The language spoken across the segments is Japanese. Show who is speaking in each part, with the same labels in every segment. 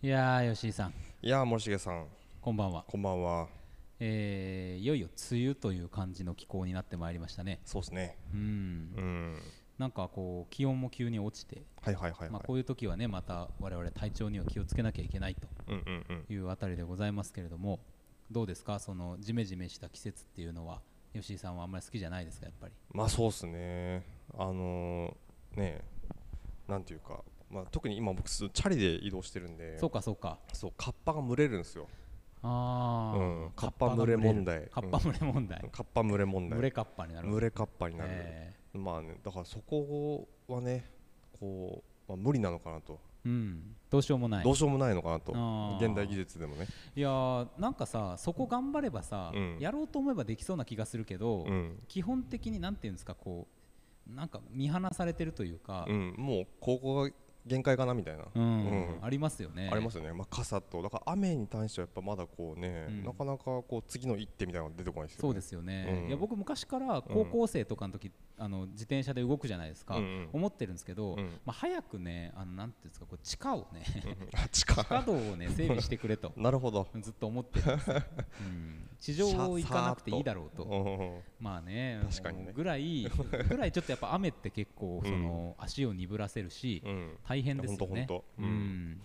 Speaker 1: いやー吉井さん
Speaker 2: いやー森重さん
Speaker 1: こんばんは、
Speaker 2: こんばんは
Speaker 1: えーいよいよ梅雨という感じの気候になってまいりましたね
Speaker 2: そうですね
Speaker 1: うん
Speaker 2: うん
Speaker 1: なんかこう気温も急に落ちて、
Speaker 2: はいはいはいはい、
Speaker 1: まあ、こういう時はねまた我々体調には気をつけなきゃいけない
Speaker 2: うんうんうん
Speaker 1: というあたりでございますけれどもどうですかそのジメジメした季節っていうのは吉井さんはあんまり好きじゃないですかやっぱり
Speaker 2: まあそうですねあのー、ねえなんていうかまあ特に今僕すチャリで移動してるんで
Speaker 1: そうかそうか
Speaker 2: そうカッパが群れるんですよ
Speaker 1: ああ、
Speaker 2: うんカッパ群れ問題
Speaker 1: カッパ群れ問題、
Speaker 2: カッパ群れ問題
Speaker 1: 群れカッパになる
Speaker 2: 群れカッパになる、
Speaker 1: え
Speaker 2: まあねだからそこはねこう、まあ、無理なのかなと、
Speaker 1: ーうんどうしようもない
Speaker 2: どうしようもないのかなと
Speaker 1: あー
Speaker 2: 現代技術でもね
Speaker 1: いやーなんかさそこ頑張ればさ、
Speaker 2: うん
Speaker 1: やろうと思えばできそうな気がするけど、
Speaker 2: うん、
Speaker 1: 基本的になんていうんですかこうなんか見放されてるというか、
Speaker 2: うん、もう高校が限界かなみたいな、
Speaker 1: うん
Speaker 2: うん
Speaker 1: ありますよね
Speaker 2: ありますよね、まあ、傘とだから雨に対してはやっぱまだこうね、
Speaker 1: うん
Speaker 2: なかなかこう次の一手みたいなのが出てこないですよね
Speaker 1: そうですよね、
Speaker 2: うん
Speaker 1: いや僕昔から高校生とかの時、あの自転車で動くじゃないですか、
Speaker 2: うんうん
Speaker 1: 思ってるんですけど、
Speaker 2: うん
Speaker 1: まあ、早くねあのなんていうんですかこう地下を ね
Speaker 2: うんあ地下
Speaker 1: 地下道をね整備してくれと
Speaker 2: なるほど
Speaker 1: ずっと思ってるん ですよ、うん、地上を行かなくていいだろうと
Speaker 2: うん
Speaker 1: まあね
Speaker 2: 確かにね
Speaker 1: もうぐら いぐらいちょっとやっぱ雨って結構その足を鈍らせるし、
Speaker 2: うん
Speaker 1: 大変ですよ
Speaker 2: ほん
Speaker 1: ね
Speaker 2: とほん
Speaker 1: う
Speaker 2: とうんん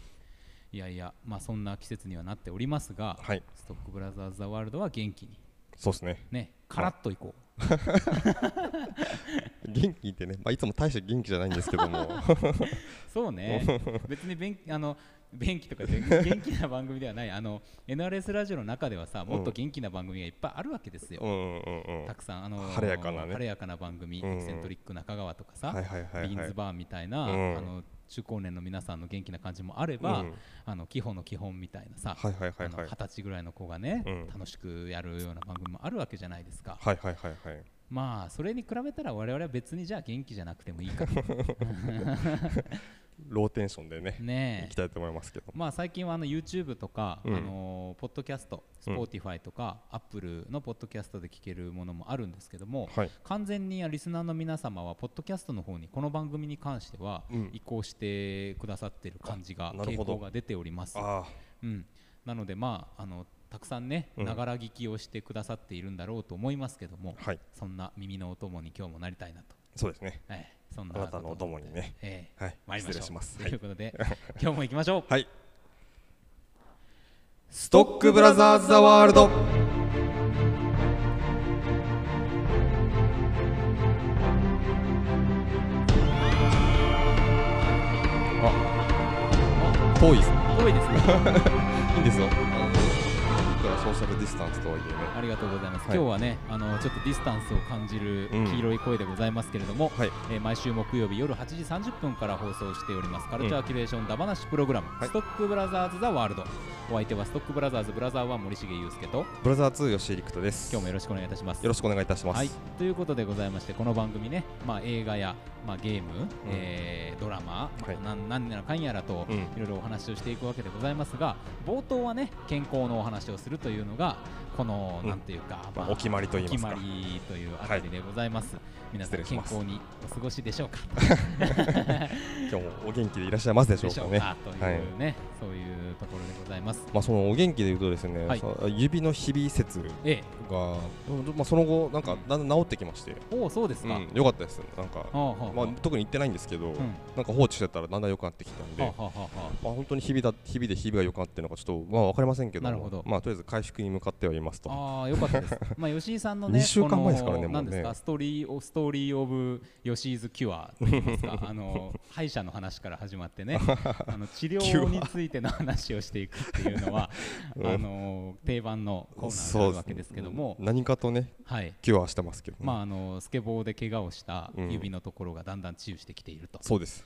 Speaker 1: いやいやまあそんな季節にはなっておりますが、
Speaker 2: はい
Speaker 1: ストックブラザーズ・ザ・ワールドは元気に
Speaker 2: そうですね
Speaker 1: ねカラッといこう、
Speaker 2: 元気ってね、まあ、いつも大して元気じゃないんですけ ども
Speaker 1: そうね 別に便あの便気とかで元気な番組ではないあの NRS ラジオの中ではさもっと元気な番組がいっぱいあるわけですよ、
Speaker 2: うんうんうんうん
Speaker 1: たくさんあの
Speaker 2: 晴れやかなね
Speaker 1: 晴れやかな番組、
Speaker 2: うん
Speaker 1: セントリック中川とかさ、
Speaker 2: はいはいはいはい
Speaker 1: ビーンズバーみたいな、
Speaker 2: うん
Speaker 1: あの中高年の皆さんの元気な感じもあれば、
Speaker 2: うん
Speaker 1: あの基本の基本みたいなさ、
Speaker 2: はいはいは
Speaker 1: あ
Speaker 2: い
Speaker 1: の
Speaker 2: はい
Speaker 1: 二十歳ぐらいの子がね、
Speaker 2: うん
Speaker 1: 楽しくやるような番組もあるわけじゃないですか、
Speaker 2: はいはいはいはい
Speaker 1: まあそれに比べたら我々は別にじゃあ元気じゃなくてもいいかと
Speaker 2: ローテンションでねい
Speaker 1: ね
Speaker 2: き
Speaker 1: え
Speaker 2: たいと思いますけど
Speaker 1: まあ最近はあの YouTube とか、
Speaker 2: うん
Speaker 1: あのポッドキャスト Spotify とか、Apple のポッドキャストで聞けるものもあるんですけども、
Speaker 2: はい
Speaker 1: 完全にリスナーの皆様はポッドキャストの方にこの番組に関しては
Speaker 2: うん
Speaker 1: 移行してくださってる感じが
Speaker 2: あなる
Speaker 1: 傾
Speaker 2: ほど
Speaker 1: 向が出ております。
Speaker 2: あ
Speaker 1: うん、なのでまああのたくさんね
Speaker 2: うん
Speaker 1: ながら聞きをしてくださっているんだろうと思いますけども、
Speaker 2: あはい
Speaker 1: そんな耳のお供に今日もなりたいなと、
Speaker 2: そうですね
Speaker 1: ええ、そんな
Speaker 2: あなたのお
Speaker 1: こと
Speaker 2: 供にね
Speaker 1: ええ
Speaker 2: はい
Speaker 1: 参りま
Speaker 2: 失
Speaker 1: しょう
Speaker 2: 礼します
Speaker 1: と
Speaker 2: はい
Speaker 1: いうこと で、今日も行きましょう。
Speaker 2: はいストックブラザーズ・ザ・ワールドあ遠いですね
Speaker 1: 多いですね。
Speaker 2: いいんですよいくらソーシャルディスタンスとはいえね
Speaker 1: ありがとうございます。
Speaker 2: はい
Speaker 1: 今日はね、あのちょっとディスタンスを感じる
Speaker 2: うん
Speaker 1: 黄色い声でございますけれども、
Speaker 2: はい
Speaker 1: えー毎週木曜日夜8時30分から放送しておりますカルチャーキュレーションだばなしプログラム、
Speaker 2: い
Speaker 1: ストックブラザーズザワールド。お相手はストックブラザーズブラザーは森重裕介と
Speaker 2: ブラザー2吉井陸斗です
Speaker 1: 今日もよろしくお願いいたします。
Speaker 2: よろしくお願いいたします
Speaker 1: はい、ということでございましてこの番組ね、まあ、映画や、まあ、ゲーム、えードラマ、
Speaker 2: はい
Speaker 1: まあなんなんやらかんやらと
Speaker 2: うん
Speaker 1: いろいろお話をしていくわけでございますが冒頭はね健康のお話をするというのがこの、
Speaker 2: うん
Speaker 1: なんていうか、
Speaker 2: まあお決まりと言いますか
Speaker 1: お決まりというあたりでございます、皆さん
Speaker 2: 失礼
Speaker 1: 健
Speaker 2: します
Speaker 1: 康にお過ごしでしょうか
Speaker 2: 今日もお元気でいらっしゃいますでしょうかね
Speaker 1: という
Speaker 2: はい
Speaker 1: ね、そういうところでございます。
Speaker 2: まあそのお元気で言うとですね、
Speaker 1: はい
Speaker 2: その指のひび説
Speaker 1: ええ、
Speaker 2: が、まあ、その後なんかだんだん治ってきまして、
Speaker 1: おおそうです
Speaker 2: う
Speaker 1: か。
Speaker 2: ん、よかったですなんか、
Speaker 1: はあはあはあ
Speaker 2: まあ、特に行ってないんですけど、
Speaker 1: うん
Speaker 2: なんか放置してたらだんだん良くなってきたんで、
Speaker 1: はあはあはあは
Speaker 2: まあ、本当に日々だ日々で日々が良くなってるのかちょっとまあ分かりませんけど
Speaker 1: なるほど
Speaker 2: まあ、とりあえず回復に向かってはいますと
Speaker 1: ああーよかった です。まあ吉井さんのね、
Speaker 2: 二週間前ですからね
Speaker 1: この
Speaker 2: もう
Speaker 1: 何
Speaker 2: ね
Speaker 1: ですか、ストーリーオストーリーオブ吉井ズキュアと言います か、あの歯医者の話から始まってね、あの治療についての話をしていくっていうのは、
Speaker 2: うん
Speaker 1: あの定番のコーナーがあるわけですけども
Speaker 2: う、ん何かとね
Speaker 1: はい。
Speaker 2: 気はしてますけど、ね
Speaker 1: まああのスケボーで怪我をした
Speaker 2: うん
Speaker 1: 指のところがだんだん治癒してきていると。
Speaker 2: そうです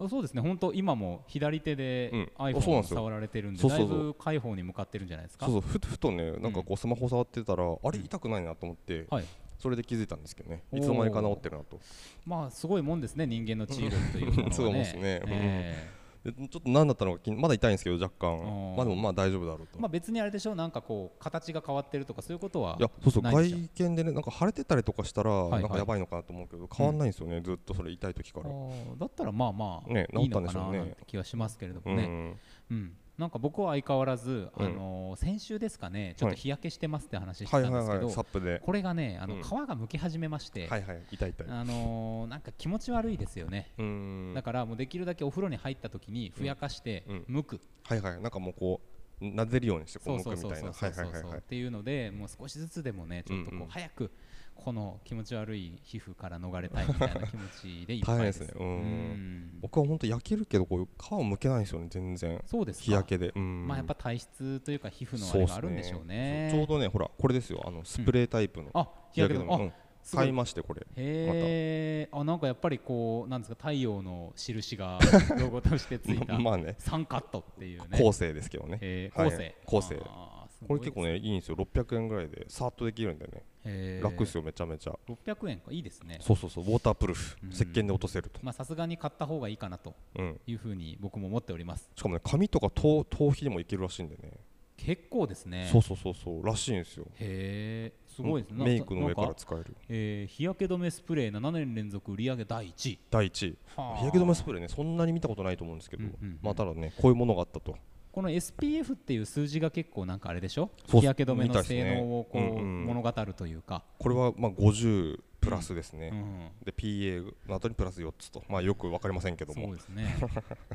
Speaker 1: あそうですね、本当、今も左手で
Speaker 2: うんあ
Speaker 1: iPhone
Speaker 2: そうなん
Speaker 1: を
Speaker 2: ですよ
Speaker 1: 触られてるんで、
Speaker 2: そう
Speaker 1: だ
Speaker 2: そ
Speaker 1: いう
Speaker 2: そう
Speaker 1: ぶ解放に向かってるんじゃないですか。
Speaker 2: そうそうふふとねなんかこうスマホ触ってたら、あれ痛くないなと思って、
Speaker 1: はい、
Speaker 2: それで気づいたんですけどね
Speaker 1: おー
Speaker 2: いつの間にか治ってるなと
Speaker 1: まあすごいもんですね、人間の治癒力というものはね。
Speaker 2: そうですねうん
Speaker 1: え
Speaker 2: でちょっと何だったのか気にまだ痛いんですけど若干
Speaker 1: ー
Speaker 2: まあでもまあ大丈夫だろうと、
Speaker 1: えまあ別にあれでしょう、なんかこう形が変わってるとかそういうことはい
Speaker 2: やそうそう
Speaker 1: ないでしょ
Speaker 2: 外見でねなんか腫れてたりとかしたら、
Speaker 1: いはい
Speaker 2: なんかやばいのかなと思うけど変わんないんですよね、ずっとそれ痛い時から、
Speaker 1: あーだったらまあまあ
Speaker 2: ね
Speaker 1: いいの
Speaker 2: 治ったんで
Speaker 1: か
Speaker 2: しょ
Speaker 1: な
Speaker 2: うね
Speaker 1: なんて気はしますけれど
Speaker 2: う
Speaker 1: も
Speaker 2: ん
Speaker 1: ね。うん、なんか僕は相変わらず、
Speaker 2: うん
Speaker 1: あのー先週ですかねちょっ
Speaker 2: は
Speaker 1: と
Speaker 2: い
Speaker 1: 日焼けしてますって話してた
Speaker 2: は
Speaker 1: ん
Speaker 2: い
Speaker 1: ですけど、
Speaker 2: はいはいサップで
Speaker 1: これがねあの
Speaker 2: うん
Speaker 1: 皮がむき始めまして、
Speaker 2: はいはい痛い痛い
Speaker 1: あのーなんか気持ち悪いですよね、
Speaker 2: うーん
Speaker 1: だからもうできるだけお風呂に入った時にふやかして
Speaker 2: うん
Speaker 1: むく、
Speaker 2: はいはいなんかもうこう撫でるようにしてこ
Speaker 1: そうう
Speaker 2: むく
Speaker 1: そう
Speaker 2: み
Speaker 1: そう
Speaker 2: たい
Speaker 1: そ
Speaker 2: な
Speaker 1: うそ
Speaker 2: はいうは
Speaker 1: そ
Speaker 2: いうはいはい
Speaker 1: っていうのでもう少しずつでもねちょっと
Speaker 2: うん
Speaker 1: こ
Speaker 2: うん
Speaker 1: う早くこの気持ち悪い皮膚から逃れたいみたいな気持ちでいっぱ
Speaker 2: 大
Speaker 1: い
Speaker 2: 変
Speaker 1: で
Speaker 2: ですすねう
Speaker 1: うんん
Speaker 2: 僕は本当焼けるけどこう皮を剥けないんですよね全然
Speaker 1: そうですか
Speaker 2: 日焼けでうん
Speaker 1: まあやっぱ体質というか皮膚のあ
Speaker 2: そう
Speaker 1: れ
Speaker 2: っ
Speaker 1: が
Speaker 2: す
Speaker 1: あるんでしょうね
Speaker 2: ねそうちょうどねほらこれですよあのスプレータイプの
Speaker 1: あ日焼け止め
Speaker 2: 止めうん
Speaker 1: すごい
Speaker 2: 買いましてこれ
Speaker 1: へえ、あなんかやっぱりこうなんですか太陽の印 がロゴとしてついた
Speaker 2: ままあね
Speaker 1: サンカットっていうね。
Speaker 2: 後世ですけどね
Speaker 1: えー
Speaker 2: はい
Speaker 1: 構成。
Speaker 2: 構成
Speaker 1: あーす
Speaker 2: こ
Speaker 1: ごい
Speaker 2: れ結構ねいいんですよ600円ぐらいでさーっとできるんでね
Speaker 1: へー
Speaker 2: 楽ですよめちゃめちゃ
Speaker 1: 600円かいいですね。
Speaker 2: そうそうそうウォータープルーフ
Speaker 1: うん
Speaker 2: 石鹸で落とせると
Speaker 1: まあさすがに買った方がいいかなと
Speaker 2: うん
Speaker 1: いうふうに僕も思っております。
Speaker 2: しかもね髪とか頭頭皮でもいけるらしいんでね
Speaker 1: 結構ですね。
Speaker 2: そうそうそうそうらしいんですよ
Speaker 1: へえ、すごいですね。
Speaker 2: うんメイクの上か
Speaker 1: な
Speaker 2: ら
Speaker 1: ん
Speaker 2: 使える
Speaker 1: えー日焼け止めスプレー7年連続売り上げ第1位。
Speaker 2: 第一位
Speaker 1: はあ
Speaker 2: 日焼け止めスプレーねそんなに見たことないと思うんですけど
Speaker 1: うんうんうん
Speaker 2: まあただねこういうものがあったと
Speaker 1: この SPF っていう数字が結構なんかあれでしょ
Speaker 2: そう
Speaker 1: 日焼け止め
Speaker 2: みた
Speaker 1: の
Speaker 2: いですね
Speaker 1: 性能をこう
Speaker 2: うんうん
Speaker 1: 物語るというか、
Speaker 2: これはまあ50プラスです
Speaker 1: う
Speaker 2: ね
Speaker 1: ん、
Speaker 2: で PA の後にプラス4つとまあよくわかりませんけど
Speaker 1: そう
Speaker 2: も
Speaker 1: です ね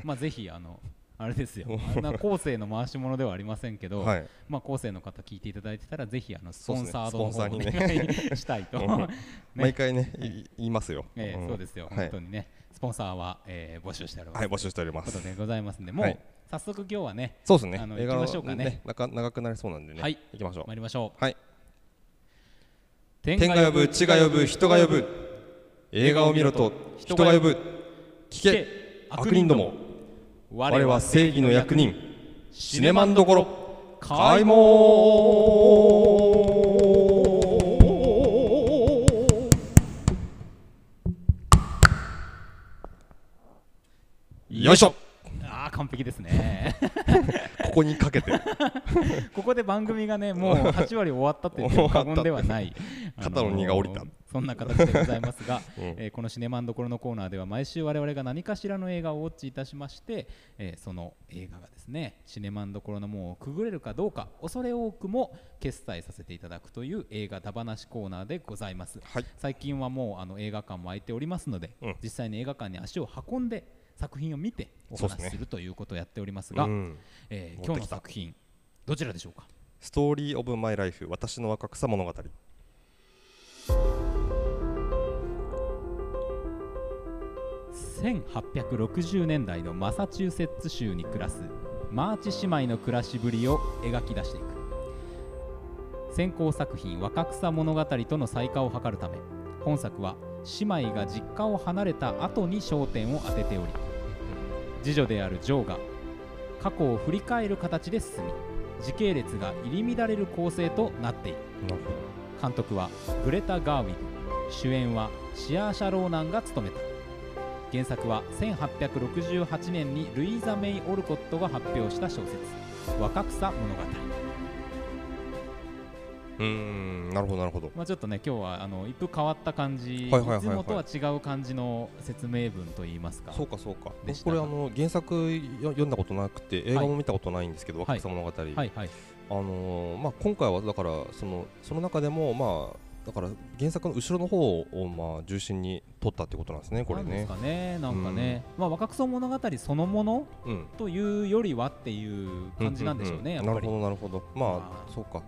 Speaker 1: まあぜひあのあれですよあんな後世の回し物ではありませんけど、
Speaker 2: はい
Speaker 1: まあ後世の方聞いていただいてたらぜひあのスポンサード
Speaker 2: そう
Speaker 1: の
Speaker 2: です
Speaker 1: 方をお
Speaker 2: ねスポンサ
Speaker 1: 願いしたいと、
Speaker 2: うん
Speaker 1: ね
Speaker 2: 毎回ねい言いますよ
Speaker 1: ええ
Speaker 2: ん
Speaker 1: そうですよ、
Speaker 2: はい
Speaker 1: 本当にねスポンサーは、えー募集しております、
Speaker 2: はい募集しておりま
Speaker 1: という
Speaker 2: す
Speaker 1: ことでございますんでも
Speaker 2: は
Speaker 1: う
Speaker 2: い
Speaker 1: 早速今日はね
Speaker 2: そうですね
Speaker 1: あの
Speaker 2: 映画の
Speaker 1: 行きましょうかね
Speaker 2: なか長くなりそうなんでね
Speaker 1: はい
Speaker 2: 行きましょう
Speaker 1: 参りましょう
Speaker 2: はい
Speaker 1: 天
Speaker 2: 天が呼ぶ地が呼ぶ人が呼ぶ映画を見ろと人が呼ぶ聞け悪人ども我は正義の役人シネマンどころ開門よいしょ
Speaker 1: ああ完璧ですね
Speaker 2: ここにか けて
Speaker 1: ここで番組がねも う8割終わったって言っても過言ではない
Speaker 2: 肩の荷が下りた
Speaker 1: あのーそんな形でございます が、えーこのシネマンどころのコーナーでは毎週我々が何かしらの映画をウォッチいたしまして、えーその映画がですねシネマンどころの門をくぐれるかどうか恐れ多くも決済させていただくという映画だ話コーナーでございます、
Speaker 2: はい
Speaker 1: 最近はもうあの映画館も開いておりますので、
Speaker 2: うん
Speaker 1: 実際に映画館に足を運んで作品を見てお
Speaker 2: そうです
Speaker 1: 話し
Speaker 2: ね
Speaker 1: するということをやっておりますが、
Speaker 2: うん
Speaker 1: え
Speaker 2: 持ってき
Speaker 1: ー、今日の
Speaker 2: た
Speaker 1: 作品どちらでしょうか
Speaker 2: ストーリー・オブ・マイ・ライフ私の若草物語
Speaker 1: 1860年代のマサチューセッツ州に暮らすマーチ姉妹の暮らしぶりを描き出していく先行作品「若草物語」との再化を図るため本作は姉妹が実家を離れた後に焦点を当てており次女であるジョーが過去を振り返る形で進み時系列が入り乱れる構成となっている
Speaker 2: なるほ
Speaker 1: 監督はグレタ・ガーウィン主演はシアーシャ・ローナンが務めた原作は1868年にルイーザ・メイ・オルコットが発表した小説「若草物語」
Speaker 2: うーんなるほどなるほど
Speaker 1: まあ、ちょっとね今日はあの一風変わった感じ、
Speaker 2: はいはいはいはい
Speaker 1: つもとは違う感じの説明文といいますか
Speaker 2: そうかそう
Speaker 1: で
Speaker 2: か僕
Speaker 1: した
Speaker 2: これ
Speaker 1: が
Speaker 2: あの原作よ読んだことなくて映画も見たことないんですけど「
Speaker 1: はい
Speaker 2: 若草物語」
Speaker 1: はいはい
Speaker 2: あのーまあ、今回はだからそのその中でもまあだから原作の後ろの方をまあ重心に撮ったってことなんですねこれ
Speaker 1: なんですか
Speaker 2: ね。
Speaker 1: ねなんかね、まあ若草物語そのもの
Speaker 2: うん
Speaker 1: というよりはっていう感じなんでしょうね、
Speaker 2: う
Speaker 1: やっ
Speaker 2: な
Speaker 1: ぱ
Speaker 2: る
Speaker 1: り
Speaker 2: ほどなるほど。ま
Speaker 1: ま
Speaker 2: あ
Speaker 1: あ
Speaker 2: そうか。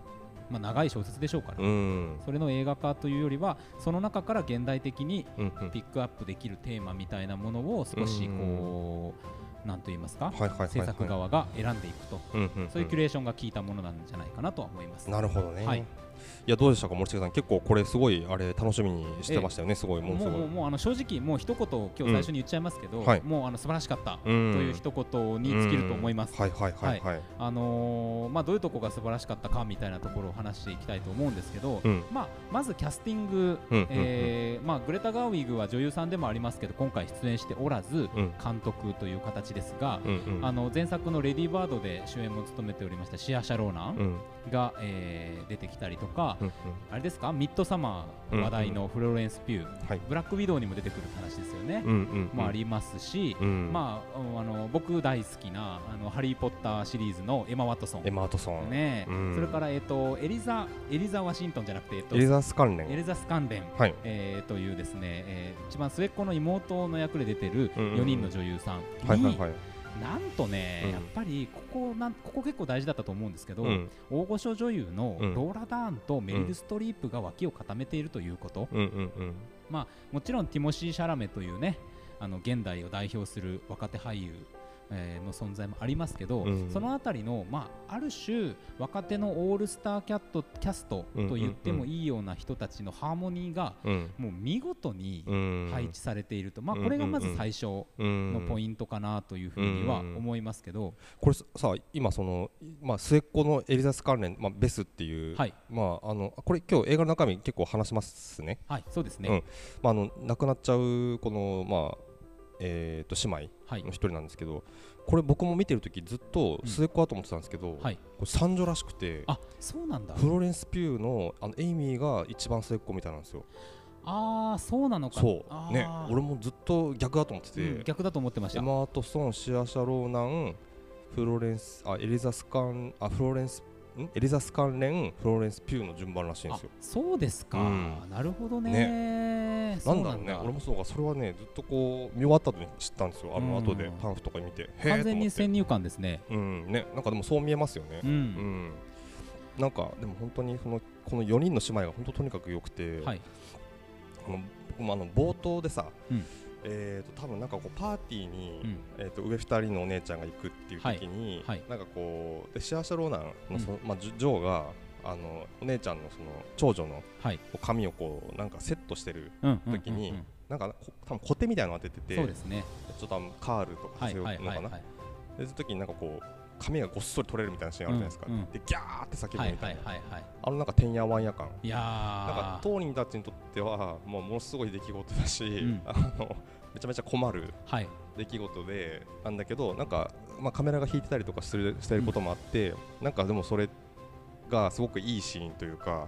Speaker 1: まあ長い小説でしょうから、
Speaker 2: うん。
Speaker 1: それの映画化というよりはその中から現代的に
Speaker 2: うんうん。
Speaker 1: ピックアップできるテーマみたいなものを少しこう何と言いますか
Speaker 2: はいはいはいはい。
Speaker 1: 制作側が選んでいくと
Speaker 2: うんうんん
Speaker 1: そういうキュレーションが効いたものなんじゃないかなとは思います。
Speaker 2: なるほどね。
Speaker 1: はいい。
Speaker 2: やどうでしたか森重さん結構これすごいあれ楽しみにしてましたよねすごい
Speaker 1: も
Speaker 2: もうす
Speaker 1: う
Speaker 2: ごい
Speaker 1: もう。もうあの正直もう一言今日最初に言っちゃいますけど、
Speaker 2: うんはい
Speaker 1: もうあの素晴らしかったと
Speaker 2: ん
Speaker 1: いう一言に尽きると思います。
Speaker 2: うんはいはいはいはい。
Speaker 1: あのーまあどういうとこが素晴らしかったかみたいなところを話していきたいと思うんですけど、
Speaker 2: うん
Speaker 1: まあまずキャスティング
Speaker 2: うんうん
Speaker 1: えーまあ、グレタ・ガーウィグは女優さんでもありますけど今回出演しておらず
Speaker 2: うん
Speaker 1: 監督という形ですが、
Speaker 2: うんうん
Speaker 1: あの前作の「レディーバード」で主演も務めておりましたシア・シャローナ
Speaker 2: うんうん
Speaker 1: が、えー出てきたりとか、
Speaker 2: うん
Speaker 1: あれですかミッドサマー話題のフローレンス・ピュー、
Speaker 2: はい
Speaker 1: ブラック・ウィドウにも出てくる話ですよね、
Speaker 2: うんうん
Speaker 1: もありますし、
Speaker 2: うん
Speaker 1: まあ、あの僕大好きなあの「ハリー・ポッター」シリーズのエマ・ワトソン
Speaker 2: エ、マ・ワトソン、
Speaker 1: ね
Speaker 2: うん
Speaker 1: それから、えっとエリザ・エリザ・ワシントンじゃなくて、えっと
Speaker 2: エリザス関
Speaker 1: エ
Speaker 2: 連
Speaker 1: リザ・スカンデン、
Speaker 2: はい
Speaker 1: えーというですね、えー一番末っ子の妹の役で出てる
Speaker 2: うんうんうん
Speaker 1: 4人の女優さんに、
Speaker 2: はいはいはい
Speaker 1: なんとね、
Speaker 2: うん
Speaker 1: やっぱりここなんここ結構大事だったと思うんですけど、
Speaker 2: うん
Speaker 1: 大御所女優の
Speaker 2: うん
Speaker 1: ローラ・ダーンとメリル・ストリープが脇を固めているということ、
Speaker 2: うんうんうん
Speaker 1: もちろんティモシー・シャラメというねあの現代を代表する若手俳優えーの存在もありますけど、
Speaker 2: うん
Speaker 1: そのあたりの、まあ、ある種若手のオールスターキャットキャストと言ってもいいような人たちのハーモニーが
Speaker 2: うん
Speaker 1: もう見事に
Speaker 2: うん
Speaker 1: 配置されていると、まあ、
Speaker 2: うん
Speaker 1: これがまず最初の
Speaker 2: の
Speaker 1: ポイントかなというふうには
Speaker 2: うん
Speaker 1: 思いますけど、
Speaker 2: これささ今その、まあ、末っ子のエリザス関連、まあ、ベスっていう、
Speaker 1: はい
Speaker 2: まあ、あのこれ今日映画の中身結構話しますね、
Speaker 1: はい、そうですね、
Speaker 2: うんまあ、あの亡くなっちゃうこの、まあえー、と姉
Speaker 1: はい
Speaker 2: 妹の一人なんですけど、これ僕も見てる時ずっと末っ子だと思ってたんですけど、
Speaker 1: はい、
Speaker 2: これ三女らしくて
Speaker 1: あそうなんだ、
Speaker 2: フローレンス・ピューのあのエイミーが一番末っ子みたいなんですよ
Speaker 1: ああ、そうなのか、
Speaker 2: そうね
Speaker 1: あー
Speaker 2: 俺もずっと逆だと思ってて、
Speaker 1: うん逆だと思ってまし
Speaker 2: エ
Speaker 1: た、
Speaker 2: マ・ワトソン、シア・シャローナン、フローレンス、あ、エリザス関、あ、フローレンス、んエリザス関連、フローレンス・ピューの順番らしいんで
Speaker 1: あ
Speaker 2: すよ。
Speaker 1: そうですか、
Speaker 2: うん
Speaker 1: なるほどね
Speaker 2: なんだろうね、俺もそうか、それはね、ずっとこう、見終わった後に知ったんですよ、あの
Speaker 1: うん
Speaker 2: 後で、パンフとか見て。へー
Speaker 1: 完全に
Speaker 2: と思って
Speaker 1: 先入観ですね、
Speaker 2: うん、ね、なんかでもそう見えますよね
Speaker 1: う。
Speaker 2: うんん。なんか、でも本当に、その、この4人の姉妹が本当とにかく良くて、
Speaker 1: はい、
Speaker 2: あの僕もあの冒頭でさ、
Speaker 1: うん
Speaker 2: えーと、多分なんかこう、パーティーに、
Speaker 1: うん
Speaker 2: えー、と上二人のお姉ちゃんが行くっていう時に、
Speaker 1: はいはい
Speaker 2: なんかこうでシアシャローナンのその、まあ、ジョジョーがあのお姉ちゃんのその長女の
Speaker 1: はい、
Speaker 2: こう髪をこうなんかセットしてる
Speaker 1: うんうんうんうん
Speaker 2: 時に、なんかこ多分コテみたいなの当ててて
Speaker 1: そうですね、
Speaker 2: ちょっとあのカールとか
Speaker 1: はい
Speaker 2: そういうの
Speaker 1: は
Speaker 2: か
Speaker 1: い
Speaker 2: な、
Speaker 1: はいはい、
Speaker 2: でその時になんかこう髪がごっそり取れるみたいなシーンあるじゃないですか、
Speaker 1: うんうん
Speaker 2: でギャーって叫ぶみた
Speaker 1: はいい
Speaker 2: な、
Speaker 1: はいはいはい、
Speaker 2: あのなんかてんやわんや感
Speaker 1: いや
Speaker 2: なんか
Speaker 1: ー、
Speaker 2: 当人たちにとってはもうものすごい出来事だし、
Speaker 1: ん
Speaker 2: あのめちゃめちゃ困る
Speaker 1: はい、
Speaker 2: 出来事でなんだけどなんか、まあ、カメラが引いてたりとかするしてることもあって、なんかでもそれがすごくいいシーンというか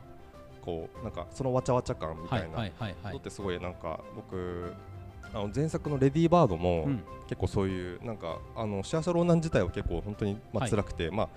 Speaker 2: こうなんかそのわちゃわちゃ感みた
Speaker 1: はいい
Speaker 2: なの、
Speaker 1: はいはいはい
Speaker 2: ってすごいなんか僕あの前作の「レディーバード」も
Speaker 1: うん
Speaker 2: 結構そういうなんかあのシアシャローナン自体は結構本当にま
Speaker 1: は
Speaker 2: あ
Speaker 1: い
Speaker 2: 辛くて、まあ